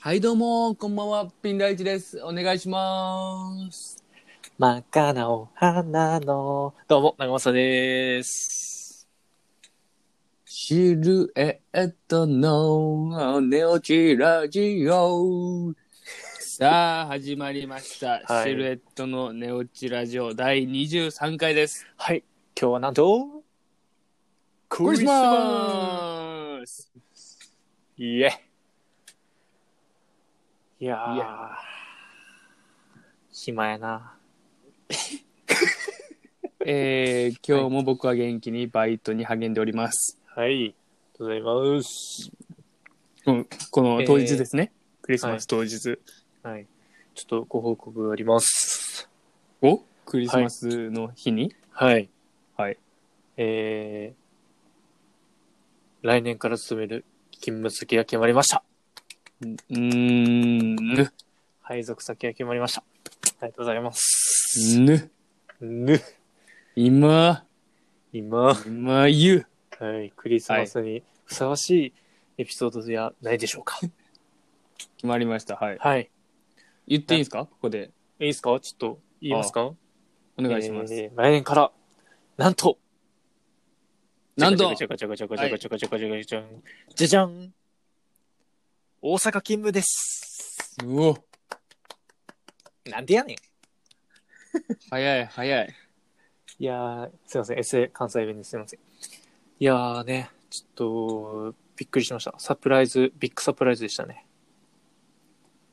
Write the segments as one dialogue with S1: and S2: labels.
S1: はい、どうも、こんばんは、ピン大地です。お願いします。
S2: 真っ赤なお花の。どうも、長政です。
S1: シルエットのネオチラジ オ。さあ、始まりました。
S2: はい
S1: シルエットのネオチラジオ第23回です。
S2: はい、今日はなんと、ク
S1: クリスマス
S2: スイエいや
S1: い
S2: ー
S1: や
S2: 暇やな。
S1: えー、今日も僕は元気にバイトに励んでおります。
S2: はい、ありがとうございます。
S1: うんこの当日ですね。クリスマス当日。
S2: はい、ちょっとご報告あります。
S1: おクリスマスの日に、
S2: はい、
S1: はい。
S2: えー、来年から勤める勤務先が決まりました。
S1: うーん、ぬ、
S2: 配属先が決まりました。ありがとうございます。
S1: ぬ、
S2: ぬ、
S1: 今、
S2: 今、
S1: 今言う。
S2: はい、クリスマスにふさわしいエピソードじゃないでしょうか。
S1: 決まりました。はい。
S2: はい。
S1: 言っていいですかここで。
S2: いいですかちょっと言いますかお
S1: お願いします。
S2: えー来年から、なんと
S1: なんと、
S2: じゃかじゃかじゃかじゃかじゃかじゃかじゃかじゃかじゃかじゃかじゃかじゃじゃん大阪勤務です
S1: うお、
S2: なんでやねん
S1: 早い早い。
S2: いやー、すいません。SA 関西弁ですいません。いやーね、ちょっと、びっくりしました。サプライズ、ビッグサプライズでしたね。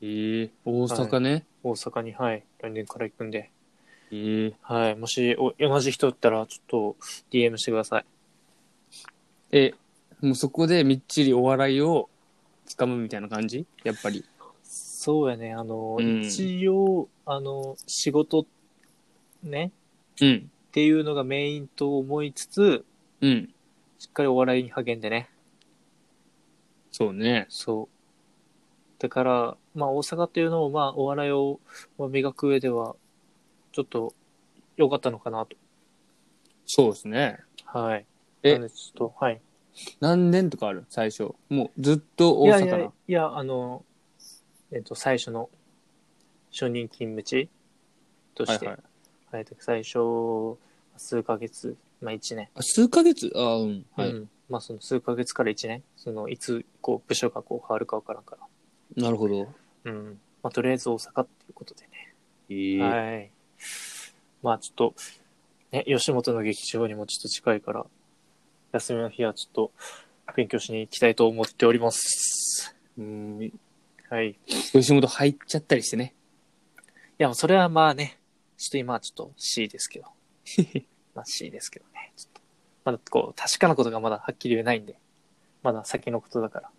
S1: えー、大阪ね。
S2: 大阪に、はい、来年から行くんで。
S1: えー
S2: はい、もしお同じ人だったら、ちょっと DM してください。
S1: え、もうそこでみっちりお笑いをつかむみたいな感じやっぱり。
S2: そうやね、あの、
S1: うん
S2: 一応、あの、仕事、ね、
S1: うん。
S2: っていうのがメインと思いつつ、
S1: うん。
S2: しっかりお笑いに励んでね、
S1: そうね。
S2: そう。だから、まあ、大阪っていうのも、まあ、お笑いをまあ磨く上では、ちょっと、良かったのかなと。
S1: そうですね。
S2: はい。
S1: え
S2: なんでちょっと、はい。
S1: 何年とかある最初。もうずっと大阪な。
S2: いやいや、いや、あの、えっと、最初の、初任勤務地として、
S1: はいはい。
S2: はい、最初、数ヶ月、まあ1年。
S1: あ数ヶ月あうん。はい。
S2: うん。まあその数ヶ月から1年。その、いつ、こう、部署がこう変わるかわからんか
S1: なるほど。
S2: ら。うん。まあとりあえず大阪っていうことでね。
S1: えー
S2: はい。まあちょっと、ね、吉本の劇場にもちょっと近いから、休みの日はちょっと、勉強しに行きたいと思っております。
S1: うん。
S2: はい。い
S1: 吉本入っちゃったりしてね。
S2: や、それはまあね、ちょっと今はちょっと C で すけど。まあ C ですけどね。ちょっと。まだこう、確かなことがまだはっきり言えないんで。まだ先のことだから。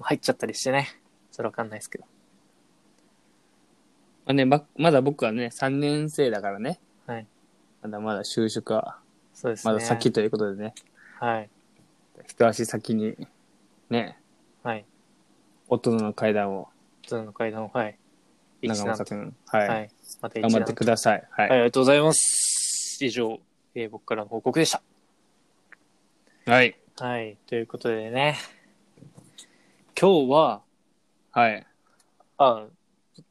S2: 入っちゃったりしてね。それわかんないですけど。
S1: まあね、ま、まだ僕はね、3年生だからね。
S2: はい。
S1: まだまだ就職は、
S2: そうです
S1: ま
S2: ね。
S1: だ先。ということでね、
S2: はい。
S1: 一足先に、ね、
S2: はい。
S1: 大人の階段を、
S2: 普通の階段を、はい。一
S1: 長
S2: 段
S1: 政君、はい、
S2: はい。また一
S1: 頑
S2: 段
S1: 張ってください。はい。
S2: はい、ありがとうございます。以上、えー僕からの報告でした。
S1: はい。
S2: はい。ということでね。今日は、
S1: はい。い
S2: あ、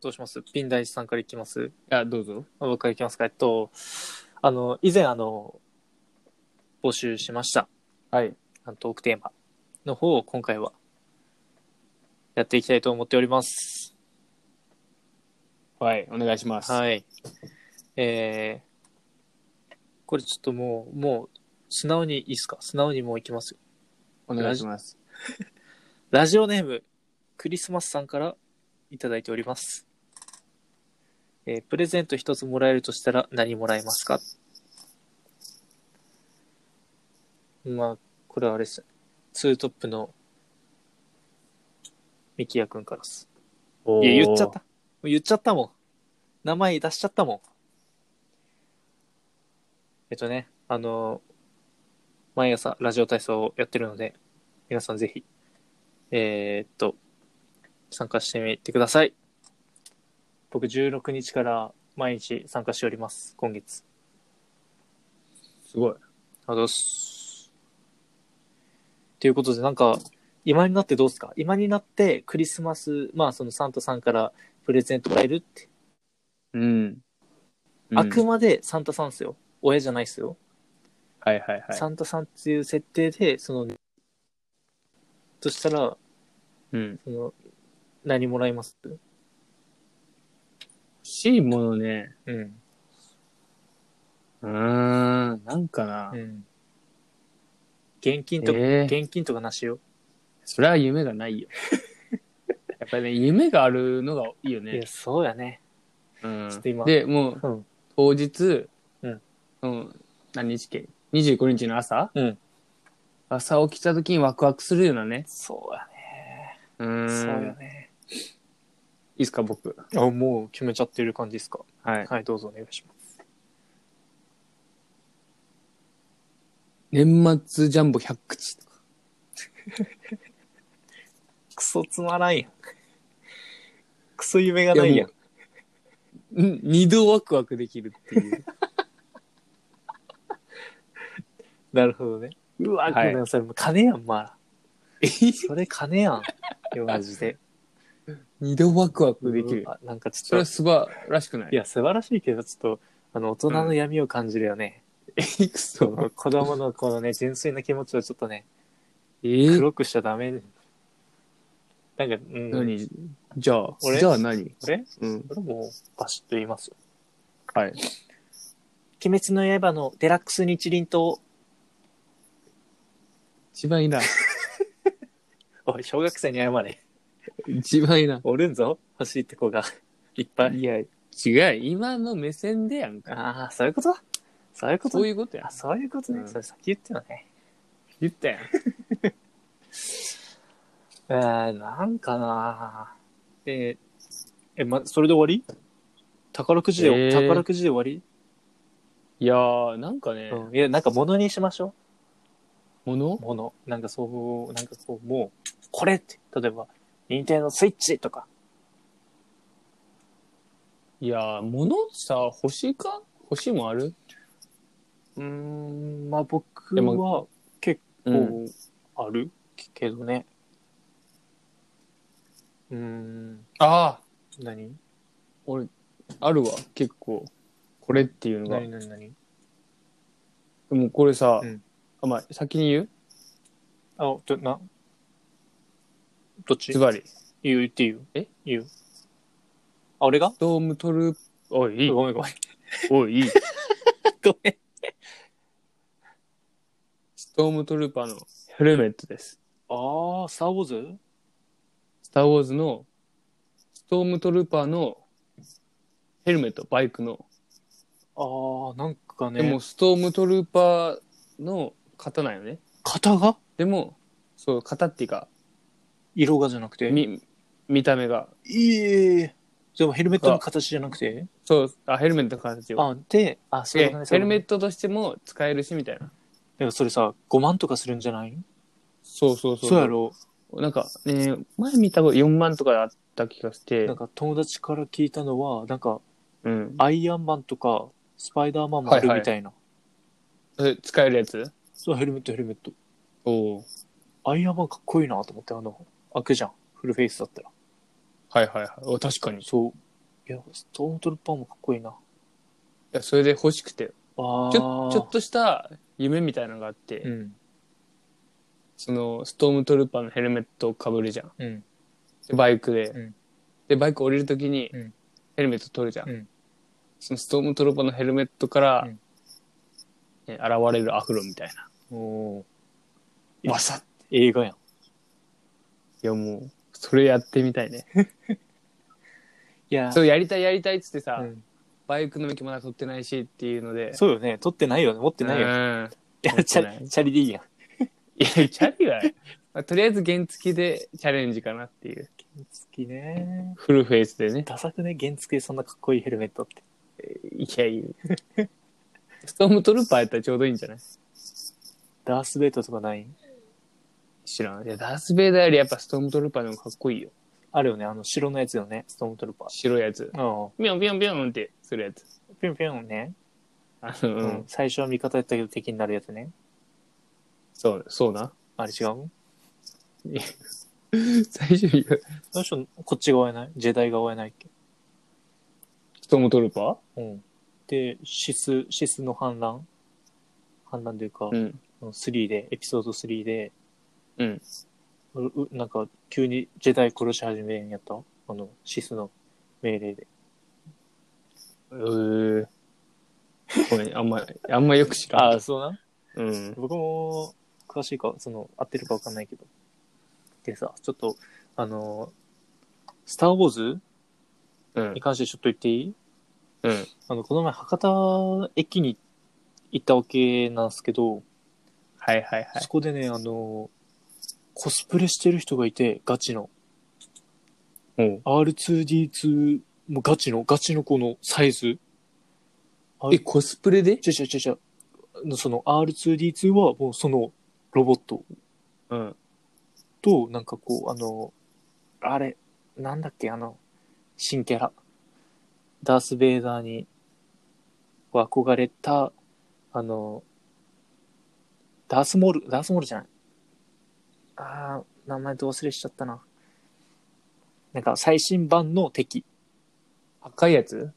S2: どうしますピン大地さんからいきます
S1: や、どうぞ。
S2: あ僕からいきますか。えっと、あの、以前あの、募集しました。
S1: はい。
S2: あのトークテーマの方を今回はやっていきたいと思っております。
S1: はい、お願いします。
S2: はい。えー、これちょっともう、もう、素直にいいっすか素直にもういきますよ。
S1: お願いします。
S2: ラジオネーム、クリスマスさんからいただいております。えープレゼント一つもらえるとしたら何もらえますかまあ、これはあれです。ツートップのミキヤくんからです。いや、言っちゃった。も。う言っちゃったもん。名前出しちゃったもん。えっとね、あの、毎朝ラジオ体操をやってるので、皆さんぜひ、えーっと、参加してみてください。僕16日から毎日参加しております、今月。
S1: すごい。
S2: ありがとうございます。ということで、なんか、今になってどうですか今になってクリスマス、まあそのサンタさんからプレゼントもらえるって。
S1: うん。
S2: あくまでサンタさんですよ。親じゃないですよ。
S1: はいはいはい。
S2: サンタさんっていう設定で、その、としたら、
S1: うん。
S2: その、何もらいます
S1: 欲しいものね。
S2: うん。
S1: うーん。なんかな。
S2: うん。現金とか、
S1: えー
S2: 現金とかなしよ。
S1: それは夢が ないよ。やっぱりね、夢があるのがいいよ
S2: いや、
S1: ね。
S2: そうやね。
S1: うん
S2: ちょっと今
S1: で、もう
S2: うん。
S1: 当日、
S2: うん
S1: うん何日っけ ?25 日の朝
S2: うん。
S1: 朝起きた時にワクワクするようなね。
S2: そうやね。
S1: うーん。
S2: そうや
S1: い
S2: ね。
S1: いですか、僕。
S2: あ、もう決めちゃってる感じですか。
S1: はい。
S2: はい、どうぞお願いします。
S1: 年末ジャンボ100口とか。
S2: クソつまらんやん。 クソ夢がないやん。
S1: いやもううん二度ワクワクできるって いう。
S2: なるほどね。うわ、
S1: はい
S2: ごめんそれもう金やん、まあ。それ金やん。よ、マジで。
S1: 二度ワクワクできる
S2: う。わなんかち
S1: それ
S2: ょ
S1: は
S2: っと、
S1: 素晴らしくない
S2: いや、素晴らしいけど、ちょっと、あの、大人の闇を感じるよね。
S1: いく そ。
S2: 子供のこのね、純粋な気持ちをちょっとね、
S1: え
S2: 黒くしちゃダメ。なんか、うん。
S1: 何じゃあ、
S2: 俺
S1: じゃあ何
S2: これ
S1: うん。
S2: これもう、バシッと言いますよ。
S1: はい。
S2: 鬼滅の刃のデラックス日輪刀。
S1: 一番いいな。
S2: おい、小学生に謝れ。
S1: 一番いいな。
S2: おるんぞ、欲しいって子が。 いっぱい。
S1: いや、違う。今の目線でやんか。
S2: ああ、そういうことそういうこと
S1: そういうことや
S2: あ、。そういうことね。
S1: うん
S2: それ先言ってよね。
S1: 言ったやん。
S2: えー、なんかなえーえ、ま、それで終わり宝くじで、
S1: えー
S2: 宝くじで終わり、
S1: いやー、なんかね、
S2: うん。いや、なんか物にしましょ
S1: も
S2: う。
S1: の
S2: 物。なんかそう、なんかこう、もう、これって、例えば、任天堂スイッチとか。
S1: いやー、ものさ、欲しいか欲しいもんある
S2: うーん、まあ僕
S1: で
S2: は
S1: も
S2: 結
S1: う
S2: 構あるけどね。うーん、
S1: ああ、
S2: 何
S1: 俺、あるわ、結構。これっていうのが。
S2: 何何何
S1: でもこれさ、
S2: うん
S1: あ、まあ、先に言う
S2: あ、ど、などっち
S1: ズバリ。
S2: 言う言っていいよ。
S1: え
S2: 言う。あ、俺が
S1: ストームトルー、おい、いい、
S2: ごめんごめん。
S1: おい、いい。
S2: ごめん。
S1: ストームトルーパーのヘルメットです。
S2: ああ、スター・ウォーズ
S1: スター・ウォーズの、ストームトルーパーのヘルメット、バイクの。
S2: ああ、なんかね。
S1: でも、ストームトルーパーの型なんよね。
S2: 型が
S1: でも、そう、型っていうか、
S2: 色がじゃなくて。
S1: み、見た目が。
S2: いえ。でもヘルメットの形じゃなくて。
S1: そう、あ、ヘルメットの形を。
S2: あ、で、あ、そう
S1: で
S2: だね。
S1: ヘルメッ
S2: ト。
S1: トとしても使えるし、みたいな。
S2: でもそれさ、5万とかするんじゃない
S1: そうそうそう。
S2: そうやろ。
S1: なんか、ね、前見たこと4万とかあった気がして
S2: なん、か友達から聞いたのは、なんか
S1: うん。
S2: アイアンマンとかスパイダーマンもあるみたいな。
S1: え使えるやつ
S2: そう、ヘルメット、ヘルメット。
S1: おお。
S2: アイアンマンかっこいいなと思って、あの、開くじゃん。フルフェイスだったら。
S1: はいはいはいお。確かに。い
S2: そう。いや、ストーントルッパーもかっこいいな。あ
S1: や、それで欲しくて。
S2: あ。
S1: ちょ、ちょっ。とした夢みたいなのがあって、
S2: うん。
S1: その、ストームトルーパーのヘルメットをかぶるじゃん。
S2: うん。
S1: でバイクで。
S2: うん
S1: で、バイク降りるときに
S2: うん、
S1: ヘルメット取るじゃん。
S2: うん
S1: そのストームトルーパーのヘルメットから、
S2: うん
S1: ね現れるアフロみたいな。
S2: おお。
S1: わさって。
S2: 映画やん。
S1: いや、もう、それやってみたいね。
S2: いや、
S1: そうう、やりたいやりたいっつってさ、
S2: ん
S1: バイクの免許まだ取ってないしっていうので。
S2: そうよね。撮ってないよね。持ってないよね。
S1: よ。
S2: いや、
S1: 持
S2: チ
S1: ってな
S2: ャ
S1: い
S2: チャリでいいやん。
S1: いや、チャリは、まあとりあえず原付きでチャレンジかなっていう。
S2: 原付ね。
S1: フルフェイスでね。
S2: ダサくね、原付でそんなかっこいいヘルメットって。
S1: いや、いい。ストームトルーパーやったらちょうどいいんじゃない
S2: ダースベイトとかない
S1: 知らん。いや、ダースベイダーよりやっぱストームトルーパーの方がかっこいいよ。
S2: あるよね。あの、白のやつよね。ストームトルーパー。
S1: 白いやつ。
S2: うん。
S1: ビョンビョンビョンってするやつ。
S2: ぴょんぴょんね、
S1: あの、
S2: う
S1: うんん。
S2: 最初は味方やったけど敵になるやつね。
S1: そう、そうな。
S2: あれ違う
S1: 最初に言う
S2: どうしようこっちが追えないジェダイが追えないっけ
S1: トムトルーパ
S2: うん。で、シス、シスの反乱反乱というか、
S1: ーん。
S2: 3で、エピソード3で、
S1: うん。
S2: ううなんか急にジェダイ殺し始めんやったあの、シスの命令で。
S1: えー、ごめん、あんま、あんまよく知らん。
S2: あ、そうな。
S1: うん。
S2: 僕も詳しいか、その、合ってるかわかんないけど。でさ、ちょっと、あの、スター・ウォーズ
S1: うん
S2: に。関してちょっと言っていい
S1: うん。
S2: あの、この前博多駅に行ったわけなんですけど、
S1: はいはいはい。
S2: そこでね、あの、コスプレしてる人がいて、ガチの。
S1: うん。
S2: R2D2、もうガチの、ガチのこのサイズ。あ
S1: え、コスプレで
S2: ちゃちゃちゃちゃ。その R2D2 はもうそのロボット
S1: うん。
S2: と、なんかこう、あの、あれ、なんだっけ、あの、新キャラ。ダース・ベイダーに憧れた、あの、ダース・モール、ダース・モールじゃない。あー、名前ど忘れしちゃったな。なんか最新版の敵
S1: 赤いやつ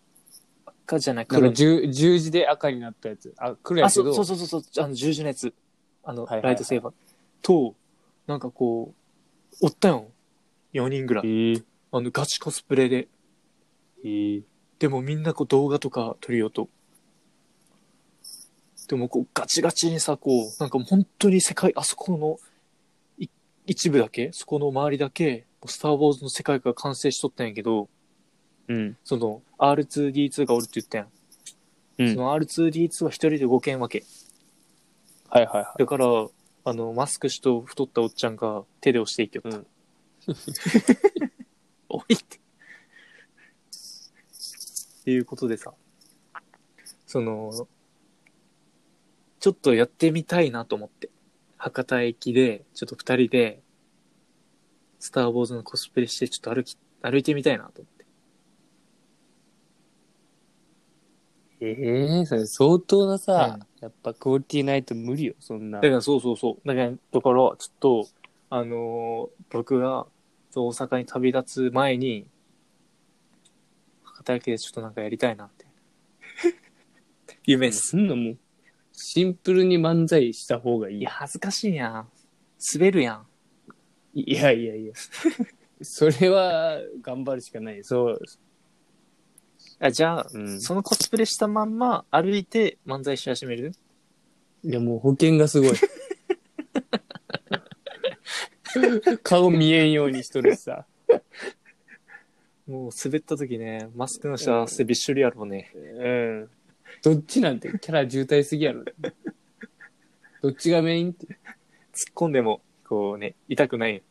S2: かじゃない、
S1: なん
S2: 黒
S1: か
S2: の
S1: 十十字で赤になったやつ。あ、黒や
S2: あ、
S1: け
S2: そ
S1: ど。
S2: うそうそうそうそう、あの、十字のやつ。あの、
S1: はいはいはい
S2: ライトセーバー。と、なんかこう、おったよ。4人ぐらい。
S1: えー、
S2: あの、ガチコスプレで。
S1: えー、
S2: でもみんなこう動画とか撮りようと。でもこうガチガチにさ、こう、なんかもう本当に世界、あそこのい一部だけ、そこの周りだけ、もうスター・ウォーズの世界が完成しとったんやけど、
S1: うん。
S2: その R2D2 がおるって言ったやん。
S1: うん
S2: その R2D2 は一人で動けんわけ。
S1: はいはいは
S2: だから、あの、マスクしと太ったおっちゃんが手で押していきよった。
S1: うん
S2: おいって。っていうことでさ、その、ちょっとやってみたいなと思って。博多駅で、ちょっと二人で、スター・ウォーズのコスプレして、ちょっと歩き、歩いてみたいなと思って。
S1: い。ええそれ相当なさ、
S2: う
S1: やっぱクオリティないと無理よ、そんな。
S2: だからそうそうそう。だから、だからちょっと、あのー僕がそう大阪に旅立つ前に、博多駅でちょっとなんかやりたいな って。夢っす。
S1: そんなもう、シンプルに漫才した方がいい。
S2: いや、恥ずかしいやん。滑るやん。
S1: いやいやいや。それは、頑張るしかない。そう。
S2: あじゃあ、
S1: うん
S2: そのコスプレしたまんま歩いて漫才し始める
S1: いや、もう保険がすごい。顔見えんようにしとるしさ。
S2: もう滑った時ね、マスクの下汗びっしょりやろうね。
S1: うん。どっちなんて、キャラ渋滞すぎやろ。どっちがメインって。
S2: 突っ込んでも、こうね、痛くない。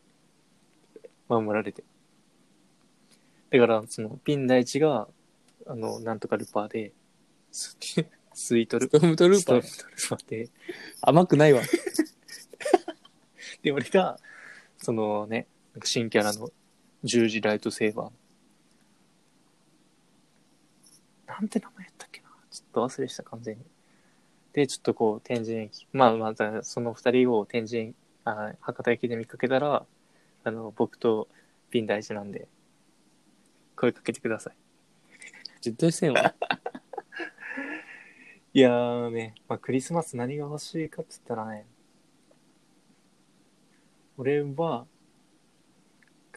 S2: 守られて。だから、その、ピン大地が、あの、なんとかルパーで、 ススイートル
S1: ストームトルー
S2: ス
S1: パ
S2: トーム
S1: ー。
S2: トルーパーで、
S1: 甘くないわ。
S2: で、俺が、そのね、なんか新キャラの十字ライトセーバー。なんて名前やったっけなちょっと忘れした、完全に。で、ちょっとこう、天神駅、まあまた、その二人を天神、あ博多駅で見かけたら、あの、僕とピン大事なんで、声かけてください。
S1: 絶対せんわ。
S2: いやーね、まあクリスマス何が欲しいかって言ったらね、俺は、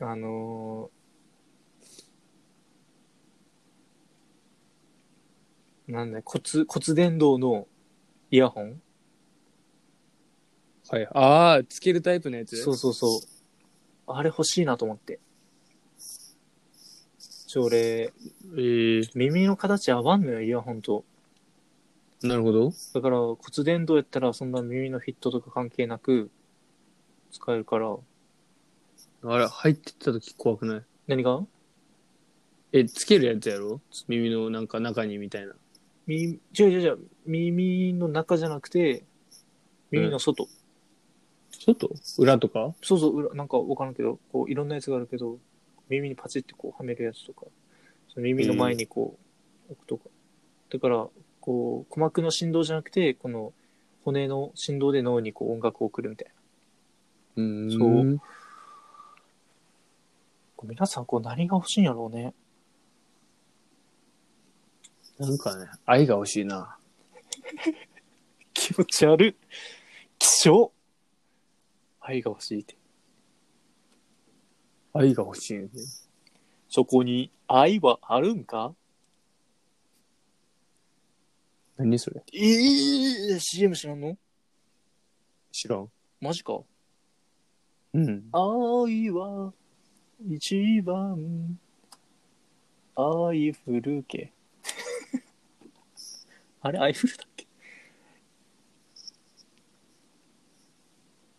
S2: あのー、なんだ、骨、骨伝導のイヤホン
S1: はい。ああ、つけるタイプのやつ
S2: そうそうそう。あれ欲しいなと思って。ちょ、俺、
S1: ええ
S2: 耳の形合わんのよ、イヤホンと。
S1: なるほど。
S2: だから骨伝導やったらそんな耳のフィットとか関係なく使えるから
S1: あれ、入ってった時怖くない
S2: 何が
S1: え、つけるやつやろ耳のなんか中にみたいな。
S2: 耳違う違う違う耳の中じゃなくて耳の外、
S1: 外裏とか
S2: そうそう裏なんか分からんけどこういろんなやつがあるけど耳にパチってこうはめるやつとかその耳の前にこう置くとか、だからこう鼓膜の振動じゃなくてこの骨の振動で脳にこう音楽を送るみたいな
S1: うん。
S2: そう皆さん、こう、何が欲しいんやろうね。
S1: なんかね、愛が欲しいな。
S2: 気持ち悪い。気象愛が欲しいって。
S1: 愛が欲しいね。
S2: そこに愛はあるんか
S1: 何それ
S2: えー、CM 知らんの
S1: 知らん。
S2: マジか。
S1: うん。
S2: 愛は一番愛ふるけ。 あれ愛ふるだっけ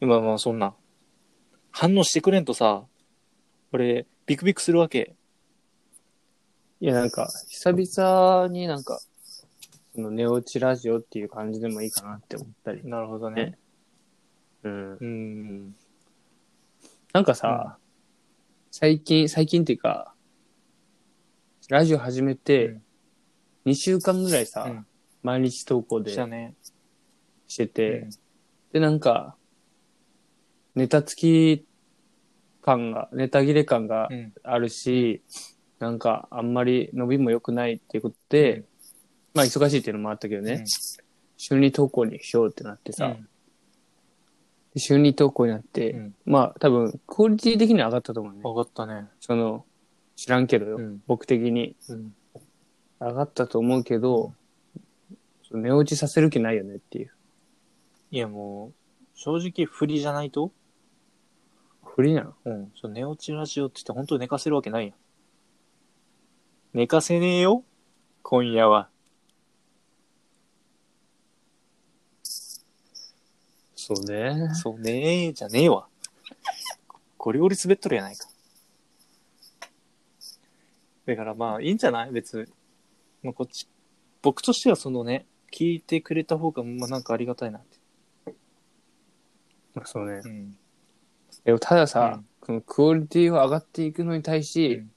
S2: まあまあそんな。反応してくれんとさ、俺、ビクビクするわけ。
S1: いや、なんか、久々になんか、その寝落ちラジオっていう感じでもいいかなって思ったり。
S2: なるほど
S1: ね。うん。
S2: うん。
S1: なんかさ、最近、最近っていうか、ラジオ始め
S2: う
S1: て
S2: ん、
S1: 2週間ぐらいさ、
S2: うん
S1: 毎日投稿で
S2: したね。
S1: して
S2: う
S1: て、
S2: ん
S1: で、なんか、ネタ付き感が、ネタ切れ感が
S2: うん。
S1: あるし、なんか、あんまり伸びも良くないっていうことで、
S2: うん
S1: まあ、忙しいっていうのもあったけどね、週に投稿にしようってなってさ、で週に投稿になって、
S2: うん
S1: まあ、多分、クオリティ的には上がったと思うね。
S2: 分かったね。
S1: その、知らんけどよ、
S2: うん
S1: 僕的に。
S2: うん。
S1: 上がったと思うけど、その寝落ちさせる気ないよねっていう。
S2: いやもう、正直振りじゃないと
S1: 不利なの
S2: うん、そう寝落ちラジオって言って本当に寝かせるわけないやん。寝かせねえよ、今夜は。
S1: そうね。
S2: そうねえじゃねえわ。ゴリゴリ滑っとるやないか。だからまあいいんじゃない別に。まあこっち、僕としてはそのね、聞いてくれた方がまあなんかありがたいなって。
S1: まあ、そうね。
S2: うん。
S1: でもたださ、
S2: うん
S1: このクオリティは上がっていくのに対し、
S2: うん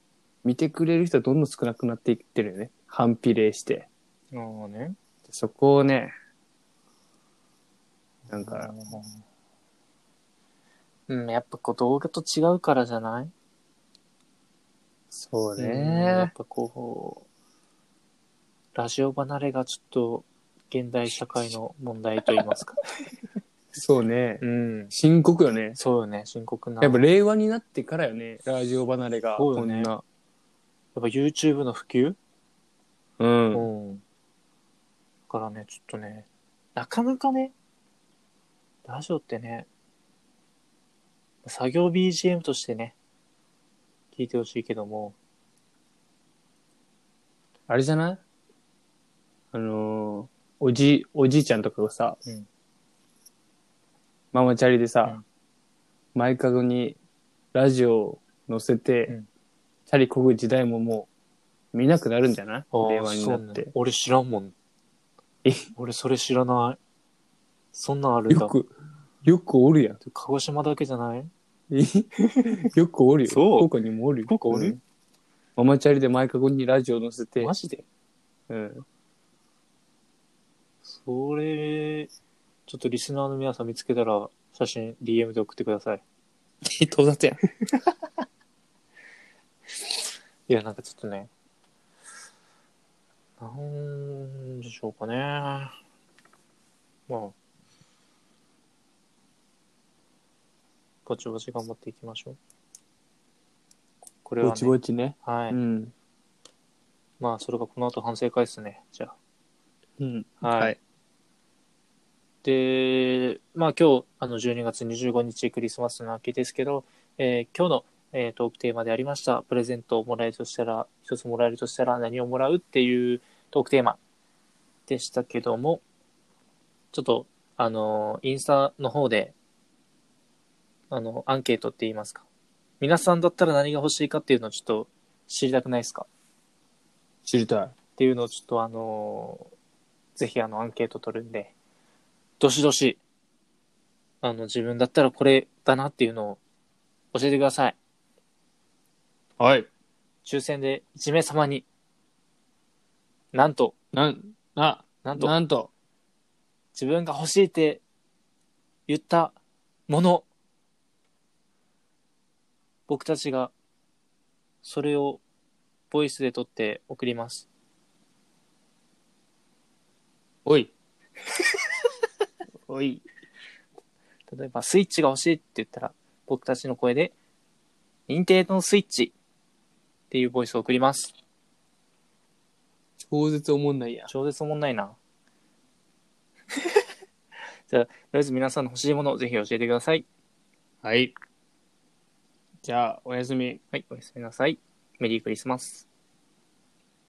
S1: 見てくれる人はどんどん少なくなっていってるよね。反比例して。
S2: ああね。
S1: でそこをね、なんか、
S2: うん、やっぱこう動画と違うからじゃない
S1: そう
S2: うんやっ
S1: ね。
S2: ぱこう、ラジオ離れがちょっと現代社会の問題といいますか。
S1: そうね。
S2: うん。
S1: 深刻よね。
S2: そうよね、深刻な。
S1: やっぱ
S2: やっ
S1: 令和になってからよね、ラジオ離れが。
S2: そうよね
S1: こ
S2: ぱ YouTube の普及
S1: んな。うん。
S2: うん。だからね、ちょっとね、なかなかね、ラジオってね、作業 BGM としてね、聞いてほしいけども、
S1: あれじゃないあのーおじ、おじいちゃんとかがさ、
S2: うん
S1: ママチャリでさ、
S2: うん
S1: 前かごにラジオを乗せて、
S2: うん
S1: チャリこぐ時代ももう見なくなるんじゃない令和になっ
S2: そう
S1: て
S2: ね。俺知らんもん。
S1: え
S2: 俺それ知らない。そんなんあるんだ
S1: よ。く、よくお るやん。
S2: 鹿児島だけじゃない
S1: えよくおるよ。
S2: そう
S1: 福岡にもおるよ。
S2: 福岡おる
S1: うんママチャリで前かごにラジオ乗せて
S2: マ、ジで
S1: うん。
S2: それ、ちょっとリスナーの皆さん見つけたら、写真 DM で送ってください。
S1: 盗撮やん。
S2: いや、なんかちょっとね、なんでしょうかね。まあ、ぼちぼち頑張っていきましょう。これは、
S1: ぼ
S2: ね、
S1: ちぼちね。
S2: はい。
S1: うん。
S2: まあ、それがこの後反省会っすね。じゃあ。
S1: うん。
S2: はい
S1: はい。
S2: で、まあ今日、あの12月25日クリスマスの明けですけど、えー今日の、えートークテーマでありました、プレゼントをもらえるとしたら、一つもらえるとしたら何をもらうっていうトークテーマでしたけども、ちょっと、あの、インスタの方で、あの、アンケートって言いますか。皆さんだったら何が欲しいかっていうのをちょっと知りたくないですか
S1: 知りたい。
S2: っていうのをちょっとあのーぜひあのアンケート取るんで、どしどし、あの自分だったらこれだなっていうのを教えてください。
S1: はい。
S2: 抽選で1名様に、なんと、
S1: なん、あ、
S2: なんと、
S1: なんと、
S2: 自分が欲しいって言ったもの、僕たちがそれをボイスで撮って送ります。
S1: おい。
S2: おい。例えば、スイッチが欲しいって言ったら、僕たちの声で、認定のスイッチっていうボイスを送ります。
S1: 超絶おもんないや。
S2: 超絶おもんないな。 じゃあ、とりあえず皆さんの欲しいものをぜひ教えてください。
S1: はい。じゃあ、おやすみ。
S2: はい、おやすみなさい。メリークリスマス。